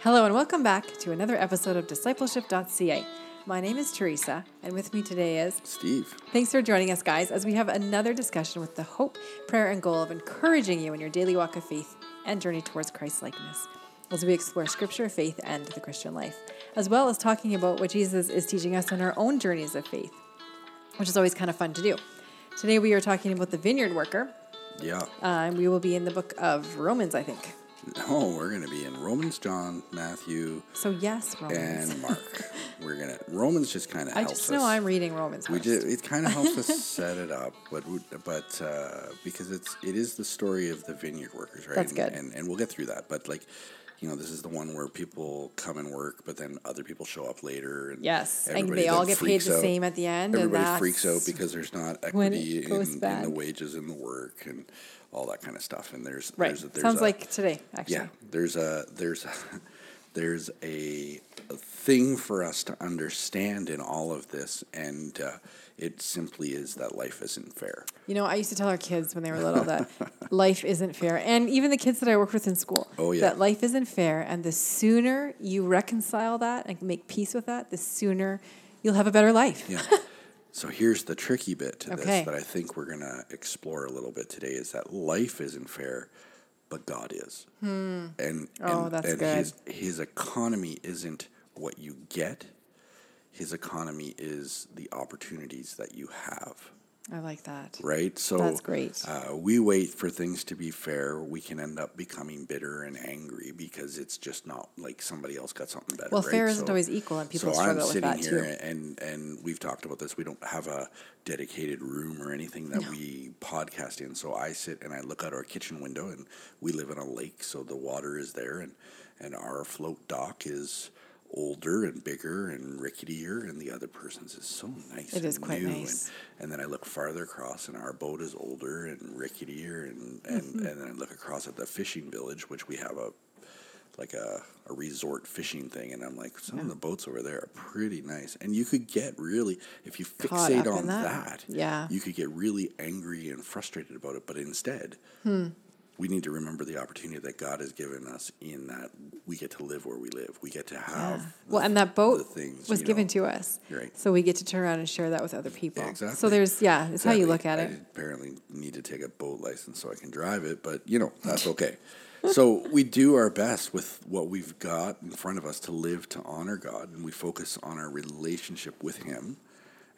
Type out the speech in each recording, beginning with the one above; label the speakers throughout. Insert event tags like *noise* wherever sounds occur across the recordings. Speaker 1: Hello, and welcome back to another episode of discipleship.ca. My name is Teresa, and with me today is
Speaker 2: Steve.
Speaker 1: Thanks for joining us, guys, as we have another discussion with the hope, prayer, and goal of encouraging you in your daily walk of faith and journey towards Christ likeness, as we explore scripture, faith, and the Christian life, as well as talking about what Jesus is teaching us on our own journeys of faith, which is always kind of fun to do. Today, we are talking about the vineyard worker,
Speaker 2: Yeah.
Speaker 1: uh, and we will be in the book of Romans, I think.
Speaker 2: Oh, we're going to be in Romans, John, Matthew,
Speaker 1: So, yes, Romans.
Speaker 2: and Mark.
Speaker 1: *laughs*
Speaker 2: we're going to Romans just kind of
Speaker 1: I
Speaker 2: helps
Speaker 1: just
Speaker 2: us.
Speaker 1: know I'm reading Romans.
Speaker 2: we
Speaker 1: First.
Speaker 2: just, it kind
Speaker 1: *laughs*
Speaker 2: of helps us set it up, but we- but uh, because it's it is the story of the vineyard workers, right?
Speaker 1: That's
Speaker 2: and,
Speaker 1: good.
Speaker 2: And and we'll get through that, but like you know, this is the one where people come and work, but then other people show up later. And
Speaker 1: Yes, and
Speaker 2: everybody
Speaker 1: they all
Speaker 2: then
Speaker 1: get paid
Speaker 2: freaks
Speaker 1: the same at the end, and
Speaker 2: Everybody freaks out
Speaker 1: that's
Speaker 2: because there's not
Speaker 1: when it
Speaker 2: equity in,
Speaker 1: goes
Speaker 2: in
Speaker 1: bad.
Speaker 2: the wages and the work and all that kind of stuff. And there's
Speaker 1: right.
Speaker 2: there's, there's
Speaker 1: Sounds
Speaker 2: a-
Speaker 1: like today, actually.
Speaker 2: yeah, there's a there's a, *laughs* there's a, a thing for us to understand in all of this, and uh, it simply is that life isn't fair.
Speaker 1: You know, I used to tell our kids when they were little
Speaker 2: *laughs*
Speaker 1: that life isn't fair. And even the kids that I worked with in school,
Speaker 2: Oh, yeah.
Speaker 1: that life isn't fair. And the sooner you reconcile that and make peace with that, the sooner you'll have a better life. *laughs*
Speaker 2: Yeah. so here's the tricky bit to
Speaker 1: Okay.
Speaker 2: this that I think we're gonna explore a little bit today is that life isn't fair, but God is. And
Speaker 1: Oh,
Speaker 2: and,
Speaker 1: that's
Speaker 2: and
Speaker 1: good.
Speaker 2: His His economy isn't what you get. His economy is the opportunities that you have.
Speaker 1: I like that.
Speaker 2: right? So
Speaker 1: That's great.
Speaker 2: Uh, we wait for things to be fair. We can end up becoming bitter and angry because it's just not like somebody else got something better.
Speaker 1: Well,
Speaker 2: right?
Speaker 1: fair isn't always equal, and people
Speaker 2: so I'm
Speaker 1: struggle with
Speaker 2: sitting
Speaker 1: that,
Speaker 2: here,
Speaker 1: too.
Speaker 2: and and we've talked about this. We don't have a dedicated room or anything that we podcast in. So I sit and I look out our kitchen window, and we live on a lake, so the water is there, and and our float dock is. Older and bigger and ricketier, and the other person's is so nice.
Speaker 1: It is
Speaker 2: and
Speaker 1: quite
Speaker 2: new
Speaker 1: nice.
Speaker 2: And and then I look farther across, and our boat is older and ricketier, and and,
Speaker 1: Mm-hmm.
Speaker 2: and then I look across at the fishing village, which we have a like a, a resort fishing thing, and I'm like, some of the boats over there are pretty nice, and you could get really if you
Speaker 1: Caught up
Speaker 2: fixate
Speaker 1: in
Speaker 2: on
Speaker 1: that.
Speaker 2: that,
Speaker 1: Yeah.
Speaker 2: you could get really angry and frustrated about it. But instead.
Speaker 1: Hmm.
Speaker 2: We need to remember the opportunity that God has given us in that we get to live where we live. We get to have the
Speaker 1: Well, and that
Speaker 2: th-
Speaker 1: boat
Speaker 2: the things,
Speaker 1: was
Speaker 2: you
Speaker 1: given
Speaker 2: know.
Speaker 1: to us.
Speaker 2: Right.
Speaker 1: So we get to turn around and share that with other people.
Speaker 2: Yeah, exactly.
Speaker 1: So there's, yeah, it's how you look at
Speaker 2: Exactly.
Speaker 1: it.
Speaker 2: I apparently need to take a boat license so I can drive it, but you know that's okay. *laughs* so we do our best with what we've got in front of us to live to honor God, and we focus on our relationship with Him,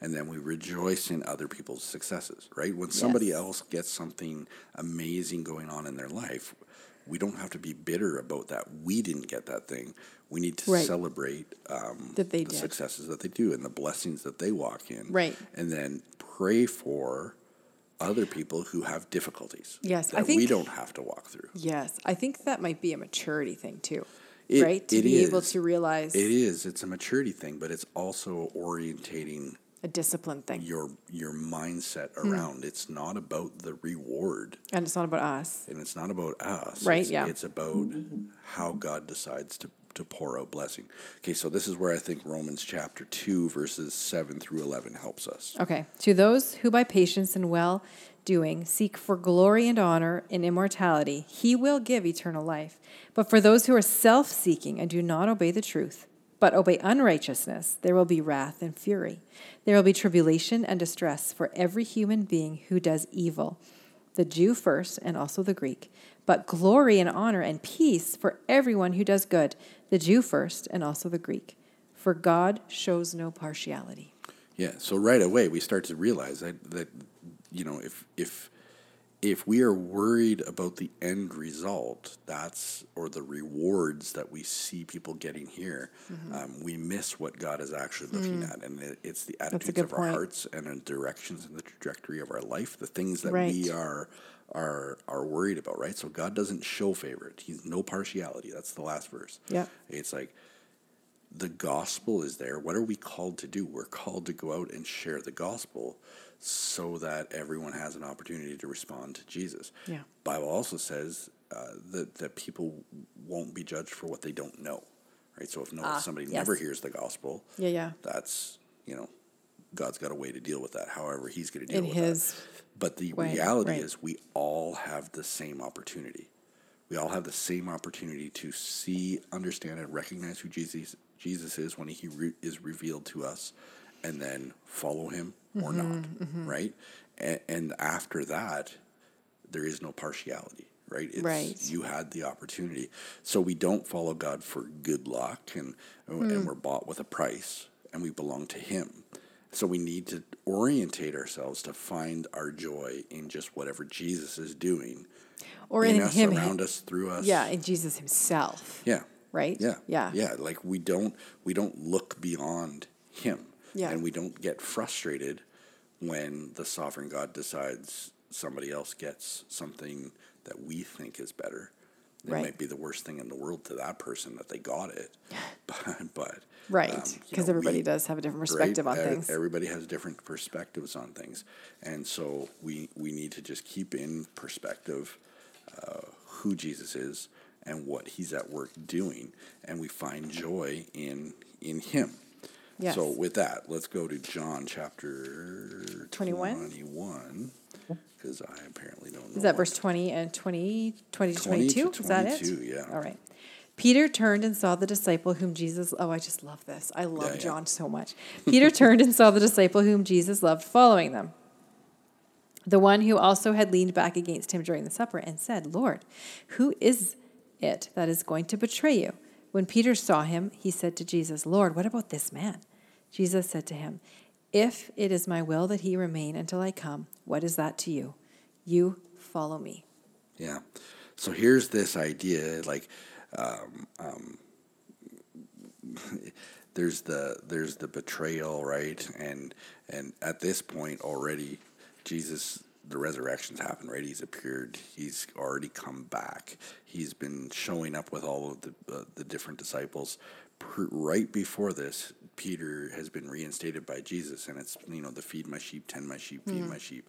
Speaker 2: and then we rejoice in other people's successes. Right when somebody
Speaker 1: Yes.
Speaker 2: else gets something amazing going on in their life. We don't have to be bitter about that. We didn't get that thing. We need to
Speaker 1: Right.
Speaker 2: celebrate um,
Speaker 1: That they
Speaker 2: the
Speaker 1: did.
Speaker 2: successes that they do and the blessings that they walk in
Speaker 1: Right.
Speaker 2: and then pray for other people who have difficulties.
Speaker 1: Yes, I
Speaker 2: that we
Speaker 1: think-
Speaker 2: don't have to walk through.
Speaker 1: Yes. I think that might be a maturity thing, too.
Speaker 2: It-
Speaker 1: right? To
Speaker 2: it
Speaker 1: be able
Speaker 2: is.
Speaker 1: to realize
Speaker 2: It is. It's a maturity thing, but it's also orientating
Speaker 1: a discipline thing.
Speaker 2: your your mindset
Speaker 1: Hmm.
Speaker 2: around. It's not about the reward,
Speaker 1: And it's not about us.
Speaker 2: and it's not about us.
Speaker 1: Right,
Speaker 2: It's,
Speaker 1: yeah.
Speaker 2: It's about how God decides to to pour out blessing. Okay, so this is where I think Romans chapter two, verses seven through eleven helps us.
Speaker 1: Okay. To those who by patience and well doing seek for glory and honor and immortality, he will give eternal life. But for those who are self seeking and do not obey the truth, but obey unrighteousness, there will be wrath and fury. There will be tribulation and distress for every human being who does evil, the Jew first and also the Greek. But glory and honor and peace for everyone who does good, the Jew first and also the Greek. For God shows no partiality.
Speaker 2: Yeah. So right away we start to realize that that you know if if if we are worried about the end result, that's or the rewards that we see people getting here,
Speaker 1: Mm-hmm.
Speaker 2: um, we miss what God is actually looking at, and it, it's the attitudes
Speaker 1: Mm. good
Speaker 2: of
Speaker 1: point.
Speaker 2: our hearts and the directions and the trajectory of our life, the things that
Speaker 1: Right.
Speaker 2: we are are are worried about, right? So God doesn't show favor; He's no partiality. That's the last verse.
Speaker 1: Yep.
Speaker 2: it's like the gospel is there. What are we called to do? We're called to go out and share the gospel so that everyone has an opportunity to respond to Jesus.
Speaker 1: Yeah.
Speaker 2: Bible also says uh, that, that people won't be judged for what they don't know, right? So if no,
Speaker 1: Ah,
Speaker 2: somebody
Speaker 1: yes.
Speaker 2: never hears the gospel,
Speaker 1: Yeah, yeah.
Speaker 2: that's, you know, God's got a way to deal with that, however he's going to deal
Speaker 1: In
Speaker 2: with
Speaker 1: his
Speaker 2: that. But the
Speaker 1: way,
Speaker 2: reality
Speaker 1: right.
Speaker 2: is we all have the same opportunity. We all have the same opportunity to see, understand, and recognize who Jesus Jesus is when He re- is revealed to us, and then follow Him or
Speaker 1: Mm-hmm,
Speaker 2: not, right? And, and after that, there is no partiality, right? It's,
Speaker 1: Right.
Speaker 2: You had the opportunity, so we don't follow God for good luck, and
Speaker 1: Hmm.
Speaker 2: and we're bought with a price, and we belong to Him. So we need to orientate ourselves to find our joy in just whatever Jesus is doing
Speaker 1: or
Speaker 2: in
Speaker 1: in,
Speaker 2: us,
Speaker 1: him,
Speaker 2: around us, through us.
Speaker 1: yeah, in Jesus himself,
Speaker 2: Yeah.
Speaker 1: right?
Speaker 2: Yeah.
Speaker 1: yeah,
Speaker 2: Yeah. Like we don't we don't look beyond him.
Speaker 1: Yeah.
Speaker 2: And we don't get frustrated when the sovereign God decides somebody else gets something that we think is better. It
Speaker 1: Right.
Speaker 2: might be the worst thing in the world to that person that they got it.
Speaker 1: *laughs*
Speaker 2: *laughs* But but um,
Speaker 1: right.
Speaker 2: you
Speaker 1: Because
Speaker 2: know,
Speaker 1: everybody
Speaker 2: we-
Speaker 1: does have a different
Speaker 2: right?
Speaker 1: perspective on
Speaker 2: E-
Speaker 1: things.
Speaker 2: Everybody has different perspectives on things, and so we we need to just keep in perspective uh, who Jesus is and what He's at work doing, and we find joy in in Him.
Speaker 1: Yes.
Speaker 2: So with that, let's go to John chapter
Speaker 1: 21?
Speaker 2: twenty one, because I apparently don't know.
Speaker 1: Is that
Speaker 2: what-
Speaker 1: verse 20 and 20, 20 to
Speaker 2: 20 to
Speaker 1: 22? Is that it?
Speaker 2: 22, yeah.
Speaker 1: All right. Peter turned and saw the disciple whom Jesus Oh, I just love this. I love
Speaker 2: Yeah, yeah.
Speaker 1: John so much. Peter *laughs* turned and saw the disciple whom Jesus loved following them. The one who also had leaned back against him during the supper and said, Lord, who is it that is going to betray you? When Peter saw him, he said to Jesus, Lord, what about this man? Jesus said to him, If it is my will that he remain until I come, what is that to you? You follow me.
Speaker 2: Yeah. So here's this idea, like, um, um, there's the there's the betrayal, right? And and at this point already, Jesus, the resurrection's happened, right? He's appeared. He's already come back. He's been showing up with all of the uh, the different disciples. Pr- Right before this, Peter has been reinstated by Jesus, and it's you know the feed my sheep, tend my sheep, feed my sheep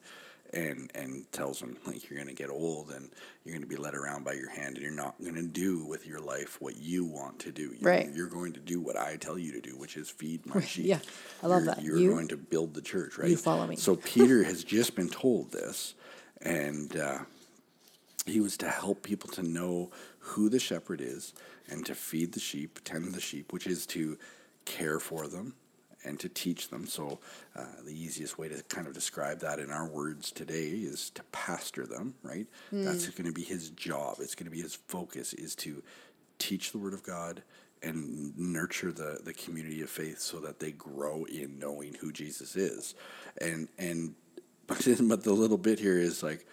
Speaker 2: and and tells him like you're going to get old and you're going to be led around by your hand and you're not going to do with your life what you want to do. You're,
Speaker 1: Right.
Speaker 2: You're going to do what I tell you to do, which is feed my sheep.
Speaker 1: Yeah. I love
Speaker 2: You're-
Speaker 1: that.
Speaker 2: You're
Speaker 1: You-
Speaker 2: going to build the church, right?
Speaker 1: follow me.
Speaker 2: So Peter has just been told this, and uh, he was to help people to know who the shepherd is and to feed the sheep, tend the sheep, which is to care for them and to teach them. So, uh, the easiest way to kind of describe that in our words today is to pastor them, right? That's going to be his job. It's going to be his focus is to teach the word of God and nurture the, the community of faith so that they grow in knowing who Jesus is. And, and, *laughs* but, but the little bit here is like,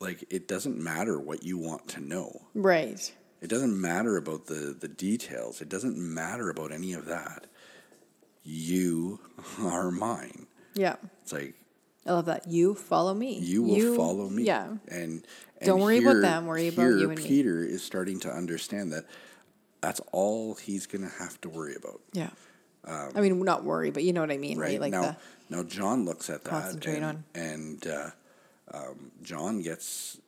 Speaker 2: like it doesn't matter what you want to know.
Speaker 1: Right.
Speaker 2: It doesn't matter about the the details. It doesn't matter about any of that. You are mine.
Speaker 1: Yeah.
Speaker 2: It's like
Speaker 1: I love that. You follow me.
Speaker 2: you will follow me.
Speaker 1: Yeah.
Speaker 2: And, and
Speaker 1: Don't worry about them, worry about
Speaker 2: here
Speaker 1: you and me.
Speaker 2: Peter is starting to understand that that's all he's going to have to worry about.
Speaker 1: Yeah. I mean, not worry, but you know what I mean, right?
Speaker 2: right
Speaker 1: Like
Speaker 2: now,
Speaker 1: the,
Speaker 2: now John looks at that
Speaker 1: Concentrate
Speaker 2: and,
Speaker 1: on.
Speaker 2: and uh, um, John gets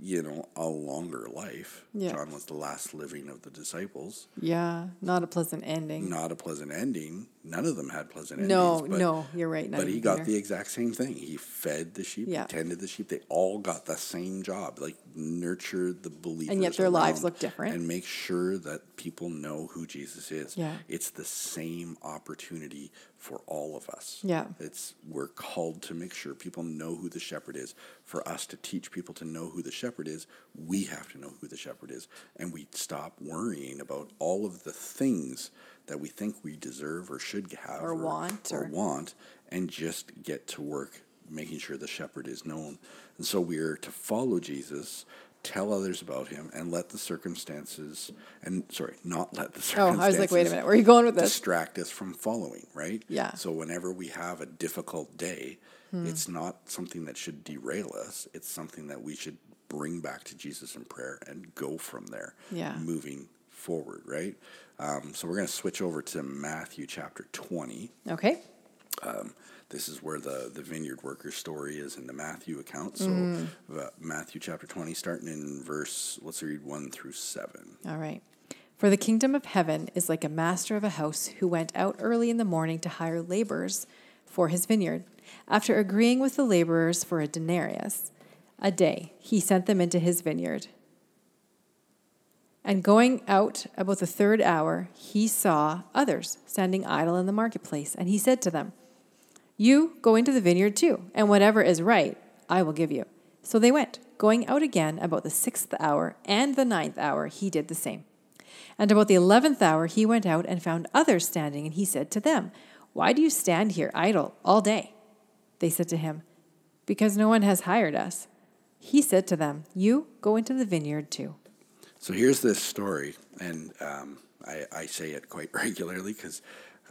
Speaker 2: you know a longer life.
Speaker 1: Yeah.
Speaker 2: John was the last living of the disciples.
Speaker 1: yeah, not a pleasant ending.
Speaker 2: Not a pleasant ending. None of them had pleasant
Speaker 1: No,
Speaker 2: endings. but-
Speaker 1: no, you're right. not
Speaker 2: But he
Speaker 1: even
Speaker 2: got
Speaker 1: there.
Speaker 2: the exact same thing. He fed the sheep,
Speaker 1: Yeah.
Speaker 2: he tended the sheep. They all got the same job, like nurture the believers.
Speaker 1: their lives
Speaker 2: around
Speaker 1: look different.
Speaker 2: And make sure that people know who Jesus is.
Speaker 1: Yeah.
Speaker 2: It's the same opportunity for all of us.
Speaker 1: Yeah.
Speaker 2: It's we're called to make sure people know who the shepherd is. For us to teach people to know who the shepherd is, we have to know who the shepherd is. And we stop worrying about all of the things that we think we deserve or should have
Speaker 1: Or want,
Speaker 2: or
Speaker 1: or-
Speaker 2: want and just get to work making sure the shepherd is known. And so we are to follow Jesus, tell others about him, and let the circumstances and sorry, not let the
Speaker 1: Oh,
Speaker 2: circumstances
Speaker 1: I was like, wait a minute, where are you going with this?
Speaker 2: distract us from following, right?
Speaker 1: Yeah. Hmm.
Speaker 2: So whenever we have a difficult day, it's not something that should derail us. It's something that we should bring back to Jesus in prayer and go from there.
Speaker 1: Yeah.
Speaker 2: Moving forward, right? Um, so we're going to switch over to Matthew chapter 20
Speaker 1: Okay.
Speaker 2: this is where the, the vineyard worker story is in the Matthew account. So uh, Matthew chapter 20, starting in verse, let's read 1 through 7.
Speaker 1: All right. For the kingdom of heaven is like a master of a house who went out early in the morning to hire laborers for his vineyard. After agreeing with the laborers for a denarius a day, he sent them into his vineyard. And going out about the third hour, he saw others standing idle in the marketplace, and he said to them, You go into the vineyard too, and whatever is right, I will give you. So they went. Going out again about the sixth hour and the ninth hour, he did the same. And about the eleventh hour, he went out and found others standing, and he said to them, Why do you stand here idle all day? They said to him, Because no one has hired us. He said to them, You go into the vineyard too.
Speaker 2: So here's this story, and um, I, I say it quite *laughs* regularly because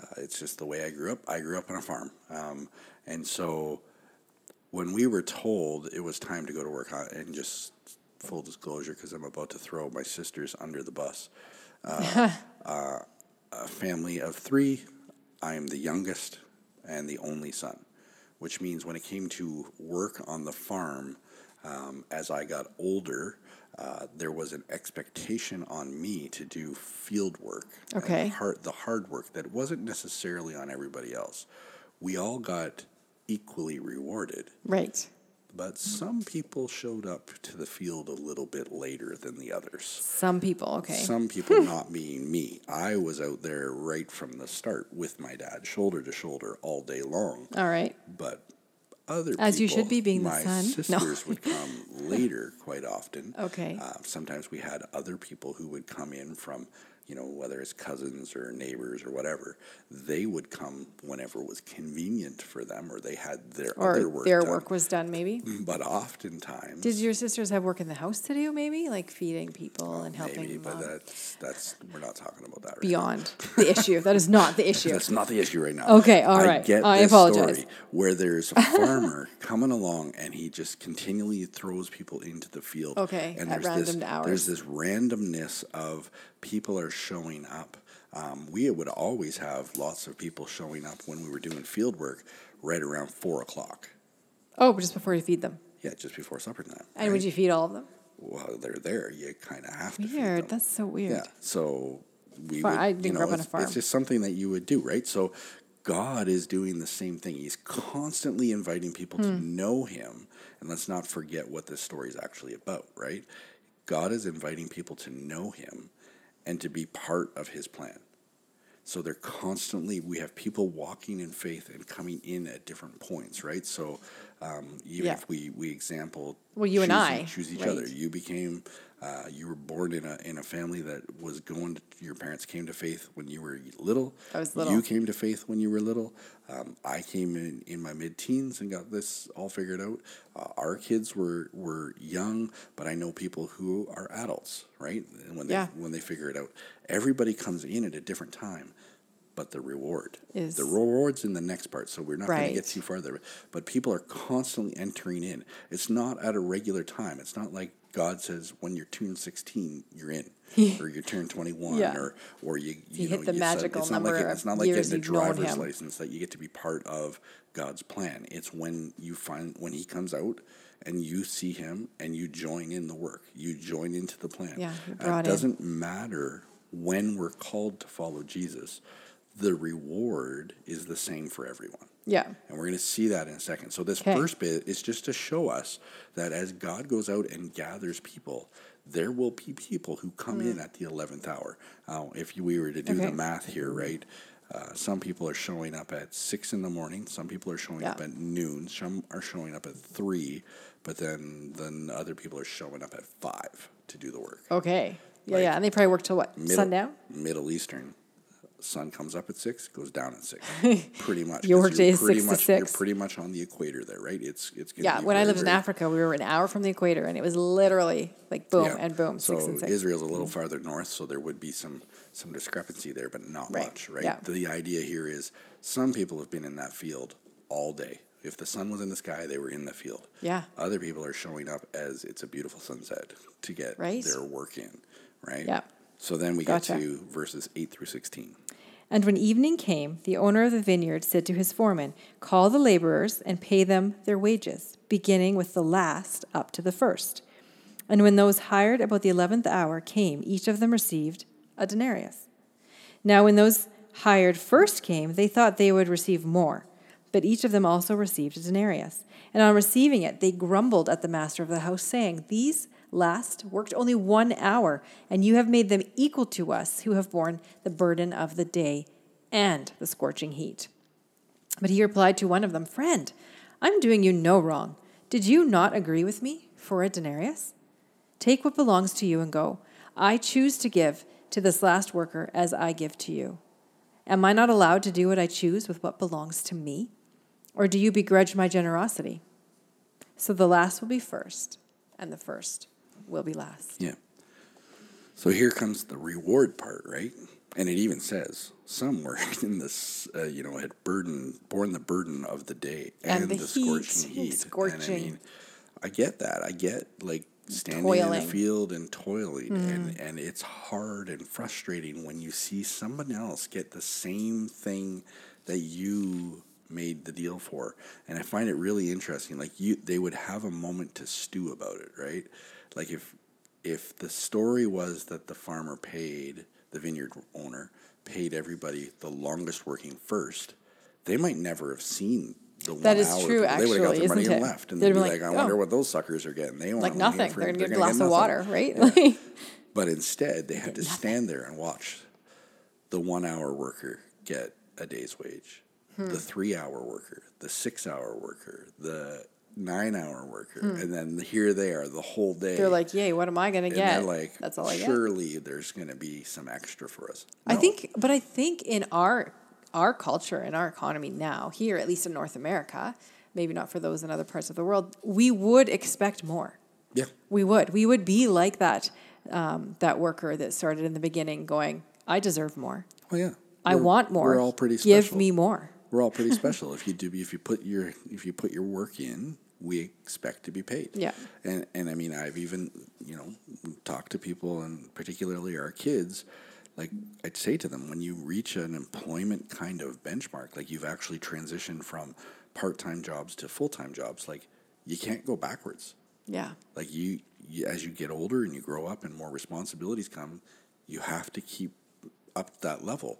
Speaker 2: uh, it's just the way I grew up. I grew up on a farm, um, and so when we were told it was time to go to work, I- and just full disclosure, because I'm about to throw my sisters under the bus. Uh, uh, a family of three. I am the youngest and the only son, which means when it came to work on the farm, um, as I got older, uh, there was an expectation on me to do field work. and
Speaker 1: Okay.
Speaker 2: hard, the hard work that wasn't necessarily on everybody else. We all got equally rewarded
Speaker 1: Right.
Speaker 2: but some people showed up to the field a little bit later than the others.
Speaker 1: Some people, okay. *laughs*
Speaker 2: Some people not being me. I was out there right from the start with my dad, shoulder to shoulder, all day long.
Speaker 1: all right.
Speaker 2: But other
Speaker 1: As
Speaker 2: people,
Speaker 1: you should be, being the
Speaker 2: my
Speaker 1: son. No.
Speaker 2: sisters would
Speaker 1: *laughs*
Speaker 2: come later quite often.
Speaker 1: Okay.
Speaker 2: Uh, sometimes we had other people who would come in from, you know, whether it's cousins or neighbors or whatever. They would come whenever was convenient for them, or they had their other
Speaker 1: Or
Speaker 2: work.
Speaker 1: their
Speaker 2: done.
Speaker 1: work was done, maybe.
Speaker 2: But oftentimes,
Speaker 1: Did your sisters have work in the house to do, maybe? Like feeding people and helping
Speaker 2: Maybe,
Speaker 1: them
Speaker 2: but
Speaker 1: out?
Speaker 2: that's that's we're not talking about that. Right now.
Speaker 1: beyond the issue. That is not
Speaker 2: *laughs*
Speaker 1: the issue.
Speaker 2: That's not the issue right now.
Speaker 1: Okay, all
Speaker 2: I
Speaker 1: right.
Speaker 2: Get
Speaker 1: I
Speaker 2: this
Speaker 1: apologize.
Speaker 2: Story where there's a farmer *laughs* coming along and he just continually throws people into the field.
Speaker 1: Okay,
Speaker 2: and
Speaker 1: at
Speaker 2: there's this,
Speaker 1: random hours.
Speaker 2: There's this randomness of people are showing up. Um, we would always have lots of people showing up when we were doing field work right around four o'clock.
Speaker 1: Oh, but just before you feed them.
Speaker 2: Yeah, just before supper time.
Speaker 1: And
Speaker 2: right?
Speaker 1: would you feed all of them?
Speaker 2: well, they're there. You kind of have to. feed
Speaker 1: Weird.
Speaker 2: them.
Speaker 1: That's so weird.
Speaker 2: Yeah. So we
Speaker 1: Far-
Speaker 2: would,
Speaker 1: I
Speaker 2: you
Speaker 1: didn't
Speaker 2: know,
Speaker 1: grow up on a
Speaker 2: it's,
Speaker 1: farm.
Speaker 2: it's just something that you would do, right? So God is doing the same thing. He's constantly inviting people to
Speaker 1: Hmm.
Speaker 2: know him. And let's not forget what this story is actually about, right? God is inviting people to know him and to be part of his plan. So they're constantly, we have people walking in faith and coming in at different points, right? So um, even
Speaker 1: Yeah.
Speaker 2: if we, we example,
Speaker 1: Well, you and
Speaker 2: choose-
Speaker 1: I,
Speaker 2: choose each
Speaker 1: right?
Speaker 2: other. You became, uh, you were born in a, in a family that was going, to, your parents came to faith when you were little.
Speaker 1: I was little.
Speaker 2: You came to faith when you were little. Um, I came in in my mid teens and got this all figured out. Uh, our kids were, were young, but I know people who are adults, right? And when they,
Speaker 1: Yeah.
Speaker 2: when they figure it out, everybody comes in at a different time but the reward
Speaker 1: Is-
Speaker 2: the rewards in the next part so we're not going to
Speaker 1: Right.
Speaker 2: get too farther but people are constantly entering in it's not at a regular time it's not like god says when you turn 16
Speaker 1: *laughs*
Speaker 2: you're in or you turn 21
Speaker 1: Yeah.
Speaker 2: or or you you,
Speaker 1: hit
Speaker 2: know,
Speaker 1: the
Speaker 2: you sud-
Speaker 1: magical
Speaker 2: it's not like
Speaker 1: number
Speaker 2: it-
Speaker 1: of
Speaker 2: it's not like
Speaker 1: years
Speaker 2: getting a
Speaker 1: you've known
Speaker 2: driver's
Speaker 1: him.
Speaker 2: license that you get to be part of god's plan it's when you find when he comes out and you see him and you join in the work you join into the plan
Speaker 1: Yeah, you're
Speaker 2: And
Speaker 1: brought
Speaker 2: it
Speaker 1: in.
Speaker 2: doesn't matter when we're called to follow Jesus, the reward is the same for everyone.
Speaker 1: Yeah.
Speaker 2: And we're going to see that in a second. So, this
Speaker 1: Okay.
Speaker 2: first bit is just to show us that as God goes out and gathers people, there will be people who come in at the 11th hour. Now, if you- we were to do the
Speaker 1: Mm. Okay.
Speaker 2: math here, right? Uh, some people are showing up at six in the morning. Some people are showing up
Speaker 1: Yeah.
Speaker 2: at noon. Some are showing up at three, but then then other people are showing up at five to do the work.
Speaker 1: Okay. Yeah,
Speaker 2: Like,
Speaker 1: yeah. And they probably work till what?
Speaker 2: Middle,
Speaker 1: Sundown?
Speaker 2: Middle Eastern. Sun comes up at six, goes down at
Speaker 1: *laughs*
Speaker 2: six. Pretty much.
Speaker 1: Your
Speaker 2: 'cause
Speaker 1: workday
Speaker 2: you're
Speaker 1: is
Speaker 2: pretty
Speaker 1: six to
Speaker 2: much,
Speaker 1: six.
Speaker 2: You're pretty much on the equator there, right? It's it's. gonna
Speaker 1: Yeah.
Speaker 2: be
Speaker 1: When I
Speaker 2: very,
Speaker 1: lived in
Speaker 2: very-
Speaker 1: Africa, we were an hour from the equator and it was literally like boom
Speaker 2: yeah.
Speaker 1: and boom,
Speaker 2: So
Speaker 1: six and six. Mm-hmm.
Speaker 2: Israel's a little farther north, so there would be some some discrepancy there, but not
Speaker 1: Right,
Speaker 2: much, right?
Speaker 1: yeah.
Speaker 2: The idea here is some people have been in that field all day. If the sun was in the sky, they were in the field.
Speaker 1: Yeah.
Speaker 2: Other people are showing up as it's a beautiful sunset to get
Speaker 1: Right.
Speaker 2: their work in, right?
Speaker 1: Yeah.
Speaker 2: So then we
Speaker 1: Gotcha.
Speaker 2: get to verses eight through sixteen.
Speaker 1: And when evening came, the owner of the vineyard said to his foreman, Call the laborers and pay them their wages, beginning with the last up to the first. And when those hired about the eleventh hour came, each of them received a denarius. Now, when those hired first came, they thought they would receive more, but each of them also received a denarius. And on receiving it, they grumbled at the master of the house, saying, These last worked only one hour, and you have made them equal to us who have borne the burden of the day and the scorching heat. But he replied to one of them, Friend, I'm doing you no wrong. Did you not agree with me for a denarius? Take what belongs to you and go. I choose to give to this last worker as I give to you. Am I not allowed to do what I choose with what belongs to me? Or do you begrudge my generosity? So the last will be first, and the first will be last.
Speaker 2: Yeah. So here comes the reward part, right? And it even says some were *laughs* in this, uh, you know, had burden borne the burden of the day
Speaker 1: And the heat.
Speaker 2: scorching heat. And I
Speaker 1: Scorching.
Speaker 2: mean, I get that. I get like standing in
Speaker 1: Toiling.
Speaker 2: the field and toiling, and and it's hard and frustrating when you see someone else get the same thing that you made the deal for. And I find it really interesting. Like you, they would have a moment to stew about it, right? Like if if the story was that the farmer paid the vineyard owner paid everybody the longest working first, they might never have seen the
Speaker 1: That
Speaker 2: one
Speaker 1: is
Speaker 2: hour.
Speaker 1: true,
Speaker 2: They
Speaker 1: actually,
Speaker 2: would have got their money
Speaker 1: isn't
Speaker 2: and
Speaker 1: it?
Speaker 2: left, and
Speaker 1: They'd be
Speaker 2: they'd, be like,
Speaker 1: like,
Speaker 2: "I wonder
Speaker 1: "Oh."
Speaker 2: what those suckers are getting." They
Speaker 1: Like
Speaker 2: want money
Speaker 1: nothing.
Speaker 2: for-
Speaker 1: They're going to get a
Speaker 2: gonna
Speaker 1: glass of
Speaker 2: nothing."
Speaker 1: water, right?
Speaker 2: *laughs* But instead, they had to stand there and watch the one hour worker get a day's wage,
Speaker 1: Hmm.
Speaker 2: the three hour worker, the six hour worker, the nine hour worker, and then here they are the whole day.
Speaker 1: Hmm. They're like, yay, what am I going to
Speaker 2: and
Speaker 1: get?
Speaker 2: they're like,
Speaker 1: That's all I get.
Speaker 2: surely there's going to be some extra for us.
Speaker 1: I
Speaker 2: No.
Speaker 1: think, but I think in our our culture and our economy now, here at least in North America, maybe not for those in other parts of the world, we would expect more.
Speaker 2: Yeah.
Speaker 1: We would. We would be like that um, that worker that started in the beginning, going, "I deserve more.
Speaker 2: Well, Oh, yeah.
Speaker 1: I
Speaker 2: We're-
Speaker 1: want more.
Speaker 2: We're all pretty special.
Speaker 1: Give me more."
Speaker 2: We're all pretty special. if you do, if you put your if you put your work in, we expect to be paid.
Speaker 1: Yeah.
Speaker 2: And and I mean, I've even you know talked to people, and particularly our kids. Like I'd say to them, when you reach an employment kind of benchmark, like you've actually transitioned from part time jobs to full time jobs, like you can't go backwards
Speaker 1: Yeah.
Speaker 2: like you, you as you get older and you grow up and more responsibilities come you have to keep up that level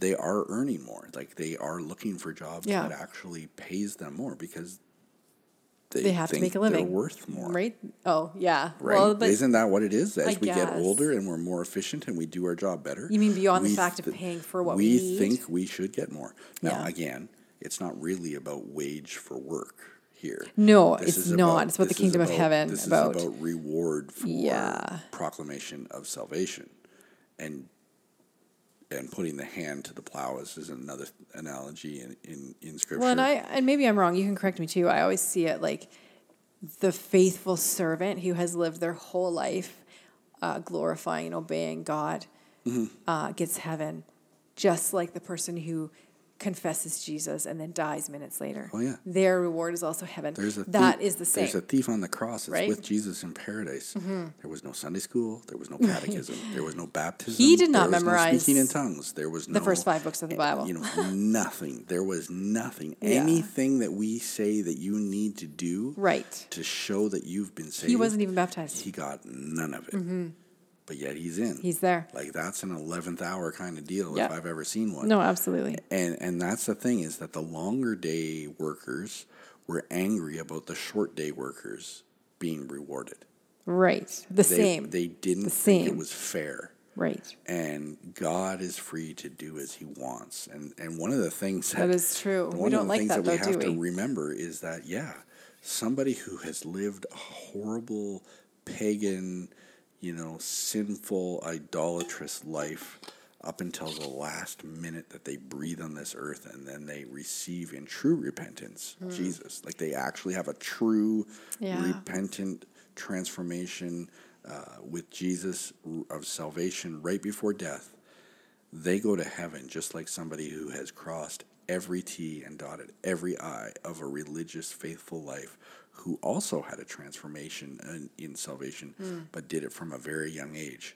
Speaker 2: they are earning more like they are looking for jobs
Speaker 1: Yeah.
Speaker 2: that actually pays them more because they,
Speaker 1: They have to
Speaker 2: think
Speaker 1: make a
Speaker 2: they're
Speaker 1: living.
Speaker 2: worth more
Speaker 1: Right? Oh, yeah.
Speaker 2: right
Speaker 1: Well, but
Speaker 2: isn't that what it is as
Speaker 1: I
Speaker 2: we get
Speaker 1: guess.
Speaker 2: older and we're more efficient and we do our job better
Speaker 1: You mean beyond the
Speaker 2: we
Speaker 1: fact of
Speaker 2: th-
Speaker 1: paying for what we need?
Speaker 2: think we should get more now
Speaker 1: Yeah.
Speaker 2: again it's not really about wage for work here
Speaker 1: No, it's
Speaker 2: This is
Speaker 1: not. It's about the
Speaker 2: this is
Speaker 1: kingdom of heaven,
Speaker 2: This
Speaker 1: about-
Speaker 2: is about reward for
Speaker 1: Yeah.
Speaker 2: proclamation of salvation, and and putting the hand to the plow is, is another analogy in in, in scripture.
Speaker 1: Well, and I and maybe I'm wrong. You can correct me too. I always see it like the faithful servant who has lived their whole life uh, glorifying and obeying God
Speaker 2: Mm-hmm.
Speaker 1: uh, gets heaven, just like the person who confesses Jesus and then dies minutes later.
Speaker 2: Oh, yeah.
Speaker 1: their reward is also heaven.
Speaker 2: there's a
Speaker 1: That
Speaker 2: thief-
Speaker 1: is the same.
Speaker 2: There's a thief on the cross. It's
Speaker 1: Right? Mm-hmm.
Speaker 2: with Jesus in paradise. There was no Sunday school. There
Speaker 1: *laughs*
Speaker 2: was no catechism. there was no baptism.
Speaker 1: He did not
Speaker 2: there was no
Speaker 1: memorize
Speaker 2: speaking in tongues. There was no
Speaker 1: the first five books of the Bible.
Speaker 2: You know, nothing. There was nothing.
Speaker 1: *laughs* Yeah.
Speaker 2: Anything that we say that you need to do
Speaker 1: right.
Speaker 2: to show that you've been saved.
Speaker 1: He wasn't even baptized.
Speaker 2: He got none of it. But yet he's in.
Speaker 1: He's there.
Speaker 2: Like that's an eleventh hour kind of deal
Speaker 1: Yeah.
Speaker 2: if I've ever seen one.
Speaker 1: No, absolutely.
Speaker 2: And and that's the thing is that the longer day workers were angry about the short day workers being rewarded.
Speaker 1: Right. The
Speaker 2: They,
Speaker 1: same.
Speaker 2: They didn't
Speaker 1: The
Speaker 2: think it
Speaker 1: same.
Speaker 2: was fair
Speaker 1: right.
Speaker 2: and God is free to do as He wants. And and one of the things that,
Speaker 1: That is true. We
Speaker 2: One
Speaker 1: don't
Speaker 2: of the
Speaker 1: like
Speaker 2: things
Speaker 1: that
Speaker 2: that, we
Speaker 1: though,
Speaker 2: have
Speaker 1: do we?
Speaker 2: to remember is that yeah, somebody who has lived a horrible pagan, you know, sinful, idolatrous life up until the last minute that they breathe on this earth and then they receive in true repentance Jesus like they actually have a true
Speaker 1: Yeah.
Speaker 2: repentant transformation uh, with Jesus r- of salvation right before death, they go to heaven just like somebody who has crossed every T and dotted every I of a religious, faithful life who also had a transformation in, in salvation but did it from a very young age.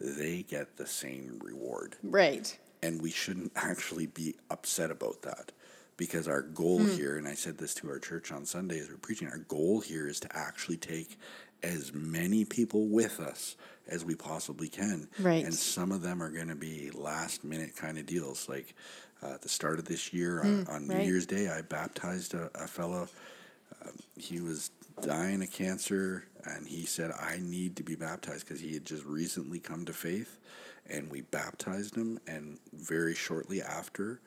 Speaker 2: They get the same reward
Speaker 1: Right.
Speaker 2: and we shouldn't actually be upset about that because our goal
Speaker 1: Hmm.
Speaker 2: here and i said this to our church on sunday as we're preaching our goal here is to actually take as many people with us as we possibly can
Speaker 1: Right.
Speaker 2: and some of them are going to be last minute kind of deals like uh, at the start of this year on, on new
Speaker 1: Hmm. right.
Speaker 2: year's day i baptized a, a fellow he was dying of cancer, and he said, I need to be baptized because he had just recently come to faith. And we baptized him, and very shortly after,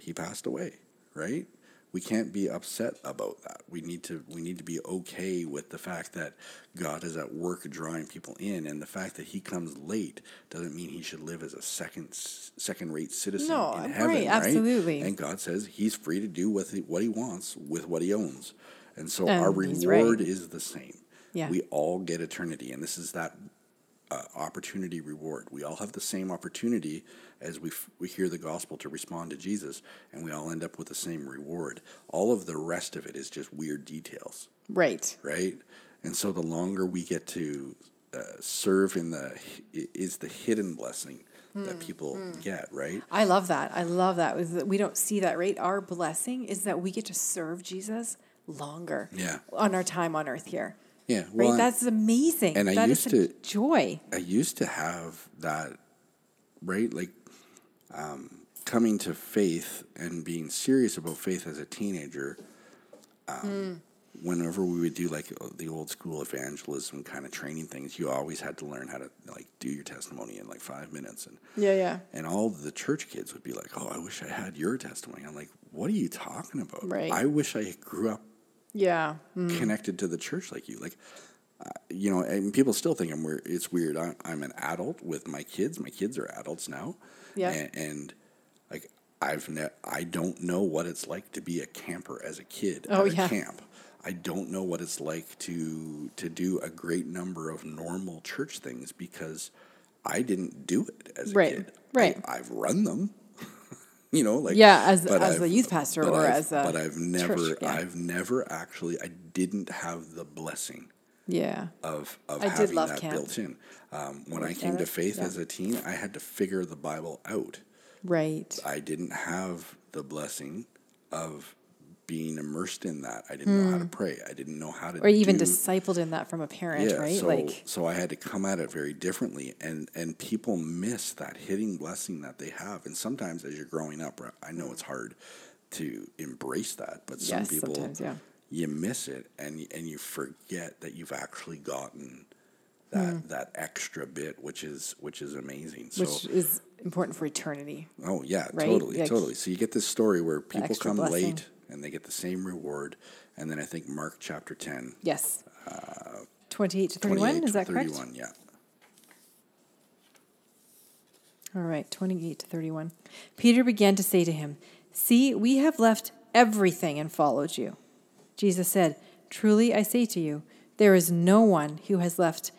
Speaker 2: he passed away, right? We can't be upset about that. We need to we need to be okay with the fact that God is at work drawing people in, and the fact that He comes late doesn't mean He should live as a second second rate citizen
Speaker 1: No,
Speaker 2: in
Speaker 1: right,
Speaker 2: heaven, right?
Speaker 1: absolutely.
Speaker 2: And God says He's free to do with it what He wants with what He owns, and so our
Speaker 1: And he's right.
Speaker 2: reward is the same.
Speaker 1: Yeah.
Speaker 2: We all get eternity, and this is that uh, opportunity reward. We all have the same opportunity as we, f- we hear the gospel to respond to Jesus, and we all end up with the same reward. All of the rest of it is just weird details,
Speaker 1: Right.
Speaker 2: right? And so the longer we get to uh, serve in the hi- is the hidden blessing
Speaker 1: Hmm.
Speaker 2: that people get, right?
Speaker 1: I love that. I love that. Is that We don't see that, right? Our blessing is that we get to serve Jesus longer.
Speaker 2: Yeah.
Speaker 1: On our time on earth here.
Speaker 2: Yeah,
Speaker 1: Right.
Speaker 2: well,
Speaker 1: That's amazing.
Speaker 2: and I
Speaker 1: That is
Speaker 2: used
Speaker 1: a
Speaker 2: to-
Speaker 1: joy.
Speaker 2: I used to have that, right? Like um, coming to faith and being serious about faith as a teenager. Um, Whenever we would do like uh, the old school evangelism kind of training things, you always had to learn how to like do your testimony in like five minutes, and
Speaker 1: Yeah, yeah.
Speaker 2: and all the church kids would be like, "Oh, I wish I had your testimony." I'm like, "What are you talking about?
Speaker 1: Right.
Speaker 2: I wish I grew up
Speaker 1: Yeah. Mm.
Speaker 2: connected to the church like you. Like, uh, you know, and people still think I'm weird. It's weird. I, I'm an adult with my kids. My kids are adults now.
Speaker 1: Yeah.
Speaker 2: And, and like, I've ne- I don't know what it's like to be a camper as a kid
Speaker 1: Oh,
Speaker 2: at
Speaker 1: yeah.
Speaker 2: a camp. I don't know what it's like to to do a great number of normal church things because I didn't do it as a
Speaker 1: Right.
Speaker 2: kid.
Speaker 1: Right.
Speaker 2: I, I've run them. you know, like
Speaker 1: Yeah, as-
Speaker 2: but
Speaker 1: as a
Speaker 2: I've-
Speaker 1: youth pastor
Speaker 2: but
Speaker 1: or
Speaker 2: I've-
Speaker 1: as a
Speaker 2: but I've never
Speaker 1: church, yeah.
Speaker 2: I've never actually I didn't have the blessing
Speaker 1: Yeah.
Speaker 2: of of
Speaker 1: I did
Speaker 2: having
Speaker 1: love
Speaker 2: that
Speaker 1: camp.
Speaker 2: built in. Um, when I
Speaker 1: Yeah,
Speaker 2: came to
Speaker 1: that's-
Speaker 2: faith
Speaker 1: yeah.
Speaker 2: as a teen, I had to figure the Bible out.
Speaker 1: Right.
Speaker 2: I didn't have the blessing of being immersed in that. I didn't know how to pray. I didn't know how to
Speaker 1: Hmm. Or even
Speaker 2: do-
Speaker 1: discipled in that from a parent, right?
Speaker 2: so,
Speaker 1: like
Speaker 2: so I had to come at it very differently, and and people miss that hidden blessing that they have, and sometimes as you're growing up, right, I know it's hard to embrace that, but some
Speaker 1: Mm. Yes,
Speaker 2: people
Speaker 1: sometimes, yeah.
Speaker 2: you miss it, and y- and you forget that you've actually gotten that that extra bit, which is which is amazing. So
Speaker 1: Mm. which is important for eternity.
Speaker 2: Oh yeah,
Speaker 1: Right?
Speaker 2: totally,
Speaker 1: Like-
Speaker 2: totally. So you get this story where people
Speaker 1: extra
Speaker 2: come
Speaker 1: blessing.
Speaker 2: late and they get the same reward, and then I think Mark chapter ten,
Speaker 1: Yes. Twenty eight to thirty
Speaker 2: 28
Speaker 1: one,
Speaker 2: Uh, to
Speaker 1: is that correct?
Speaker 2: thirty-one, yeah.
Speaker 1: All right, 28 to 31. Peter began to say to him, See, we have left everything and followed you. Jesus said, Truly I say to you, there is no one who has left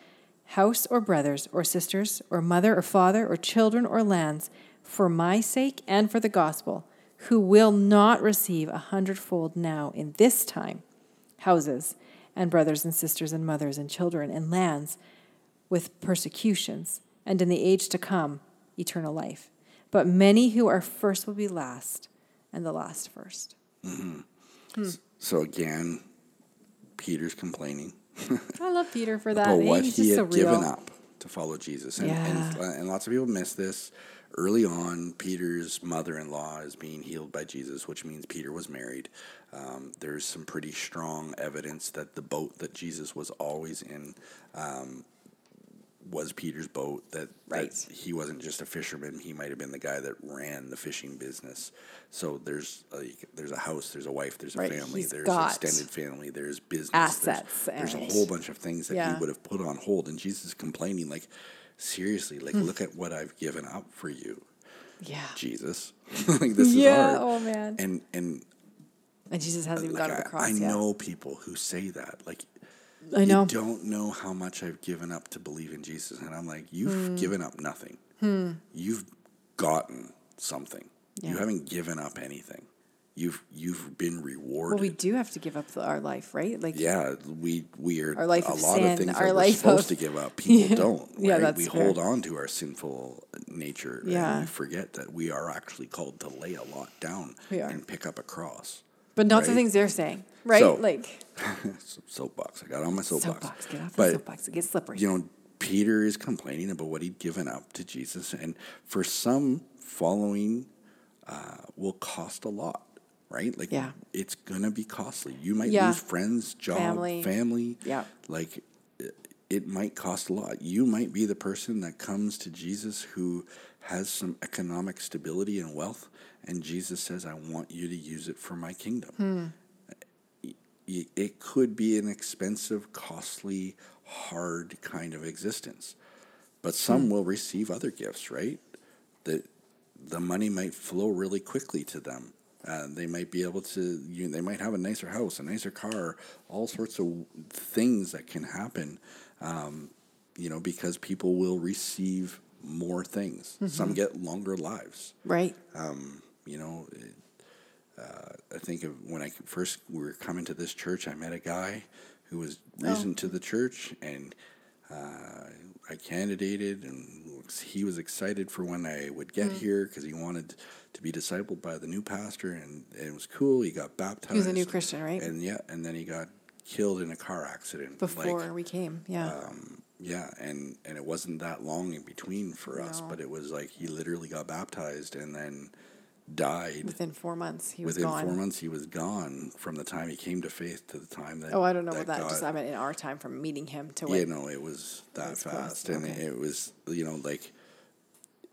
Speaker 1: house or brothers or sisters or mother or father or children or lands for my sake and for the gospel, who will not receive a hundredfold now in this time houses and brothers and sisters and mothers and children and lands with persecutions, and in the age to come, eternal life. But many who are first will be last, and the last first.
Speaker 2: So again, Peter's complaining
Speaker 1: I love Peter for that.
Speaker 2: about
Speaker 1: eh?
Speaker 2: what
Speaker 1: He's
Speaker 2: he
Speaker 1: just
Speaker 2: had
Speaker 1: so real.
Speaker 2: given up to follow Jesus, and, and and lots of people miss this. Early on, Peter's mother-in-law is being healed by Jesus, which means Peter was married. Um, there's some pretty strong evidence that the boat that Jesus was always in um, was Peter's boat that,
Speaker 1: Right.
Speaker 2: that he wasn't just a fisherman he might have been the guy that ran the fishing business so there's like there's a house there's a wife there's a
Speaker 1: Right,
Speaker 2: family
Speaker 1: he's
Speaker 2: there's
Speaker 1: got
Speaker 2: extended family there's business
Speaker 1: assets
Speaker 2: there's, there's
Speaker 1: and-
Speaker 2: a whole bunch of things that
Speaker 1: Yeah.
Speaker 2: he would have put on hold and Jesus is complaining like seriously
Speaker 1: Hmm.
Speaker 2: like look at what I've given up for you
Speaker 1: Yeah.
Speaker 2: Jesus *laughs* like this
Speaker 1: Yeah,
Speaker 2: is hard
Speaker 1: oh, man.
Speaker 2: and and
Speaker 1: And Jesus hasn't even
Speaker 2: like,
Speaker 1: got
Speaker 2: I,
Speaker 1: to the cross
Speaker 2: I
Speaker 1: yet.
Speaker 2: know people who say that like
Speaker 1: I know.
Speaker 2: you don't know how much I've given up to believe in Jesus. And I'm like, you've
Speaker 1: Hmm.
Speaker 2: given up nothing. You've gotten something. You
Speaker 1: Yeah.
Speaker 2: haven't given up anything. You've you've been rewarded.
Speaker 1: Well, we do have to give up the, our life, right? Like,
Speaker 2: yeah, we we are
Speaker 1: Our life
Speaker 2: a
Speaker 1: of
Speaker 2: lot
Speaker 1: sin,
Speaker 2: of things
Speaker 1: our
Speaker 2: that we're
Speaker 1: life
Speaker 2: supposed
Speaker 1: of-
Speaker 2: to
Speaker 1: *laughs*
Speaker 2: give up. People don't.
Speaker 1: Yeah,
Speaker 2: right?
Speaker 1: that's
Speaker 2: we
Speaker 1: fair.
Speaker 2: hold on to our sinful nature
Speaker 1: Yeah.
Speaker 2: and we forget that we are actually called to lay a lot down
Speaker 1: We are.
Speaker 2: and pick up a cross.
Speaker 1: but not the
Speaker 2: Right.
Speaker 1: things they're saying, right?
Speaker 2: So-
Speaker 1: like,
Speaker 2: soapbox. I got on my soapbox.
Speaker 1: soapbox, get off
Speaker 2: But-
Speaker 1: the soapbox. It gets slippery.
Speaker 2: you know, Peter is complaining about what he'd given up to Jesus, and for some, following uh, will cost a lot. right? Like,
Speaker 1: Yeah.
Speaker 2: it's gonna be costly. You might
Speaker 1: Yeah.
Speaker 2: lose friends, job,
Speaker 1: Family.
Speaker 2: family,
Speaker 1: Yeah.
Speaker 2: like it- it might cost a lot. You might be the person that comes to Jesus who has some economic stability and wealth, and Jesus says, "I want you to use it for my kingdom." y- it could be an expensive, costly, hard kind of existence. But some will receive other gifts, right? That the money might flow really quickly to them. Uh, they might be able to. You, they might have a nicer house, a nicer car, all sorts of things that can happen. Um, you know, because people will receive more things. Some get longer lives
Speaker 1: Right.
Speaker 2: um, you know, it- uh, I think of when I first we were coming to this church, I met a guy who was
Speaker 1: Oh.
Speaker 2: recent to the church, and uh, I candidated, and he was excited for when I would get
Speaker 1: Mm.
Speaker 2: here because he wanted to be discipled by the new pastor, and, and it was cool. He got baptized.
Speaker 1: He was a new Christian, right?
Speaker 2: and yeah, and then he got killed in a car accident
Speaker 1: Before we came. Yeah.
Speaker 2: um, yeah, and and it wasn't that long in between for us,
Speaker 1: No.
Speaker 2: but it was like he literally got baptized and then died
Speaker 1: Within four months, he was
Speaker 2: within
Speaker 1: gone.
Speaker 2: four months. He was gone from the time he came to faith to the time that
Speaker 1: Oh, I don't know what
Speaker 2: that
Speaker 1: that.
Speaker 2: got-
Speaker 1: Just I meant in our time from meeting him to
Speaker 2: yeah,
Speaker 1: when
Speaker 2: no, it was that
Speaker 1: was close,
Speaker 2: fast, and
Speaker 1: okay.
Speaker 2: it was you know like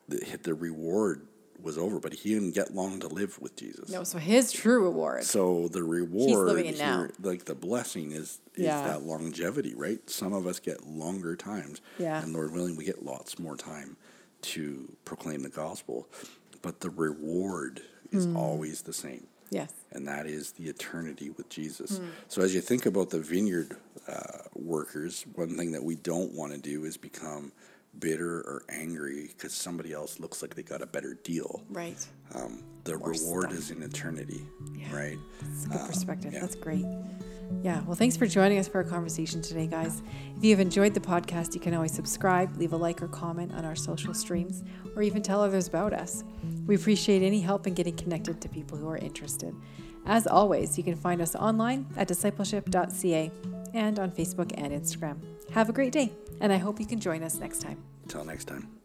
Speaker 2: the hit the reward was over, but he didn't get long to live with Jesus.
Speaker 1: No, so his true reward.
Speaker 2: So the reward,
Speaker 1: living it now.
Speaker 2: like the blessing, is is
Speaker 1: Yeah.
Speaker 2: that longevity, right? Some of us get longer times,
Speaker 1: Yeah.
Speaker 2: and Lord willing, we get lots more time to proclaim the gospel. But the reward is
Speaker 1: Mm.
Speaker 2: always the same,
Speaker 1: yes.
Speaker 2: and that is the eternity with Jesus.
Speaker 1: Hmm.
Speaker 2: So as you think about the vineyard uh, workers, one thing that we don't want to do is become bitter or angry because somebody else looks like they got a better deal
Speaker 1: Right.
Speaker 2: um, the
Speaker 1: Or
Speaker 2: reward
Speaker 1: stuff.
Speaker 2: is in eternity,
Speaker 1: Yeah.
Speaker 2: right?
Speaker 1: That's a good perspective.
Speaker 2: Um, yeah.
Speaker 1: That's great. Yeah. Well, thanks for joining us for our conversation today, guys. If you have enjoyed the podcast, you can always subscribe, leave a like or comment on our social streams, or even tell others about us. We appreciate any help in getting connected to people who are interested. As always, you can find us online at discipleship.ca and on Facebook and Instagram. Have a great day, and I hope you can join us next time.
Speaker 2: Till next time.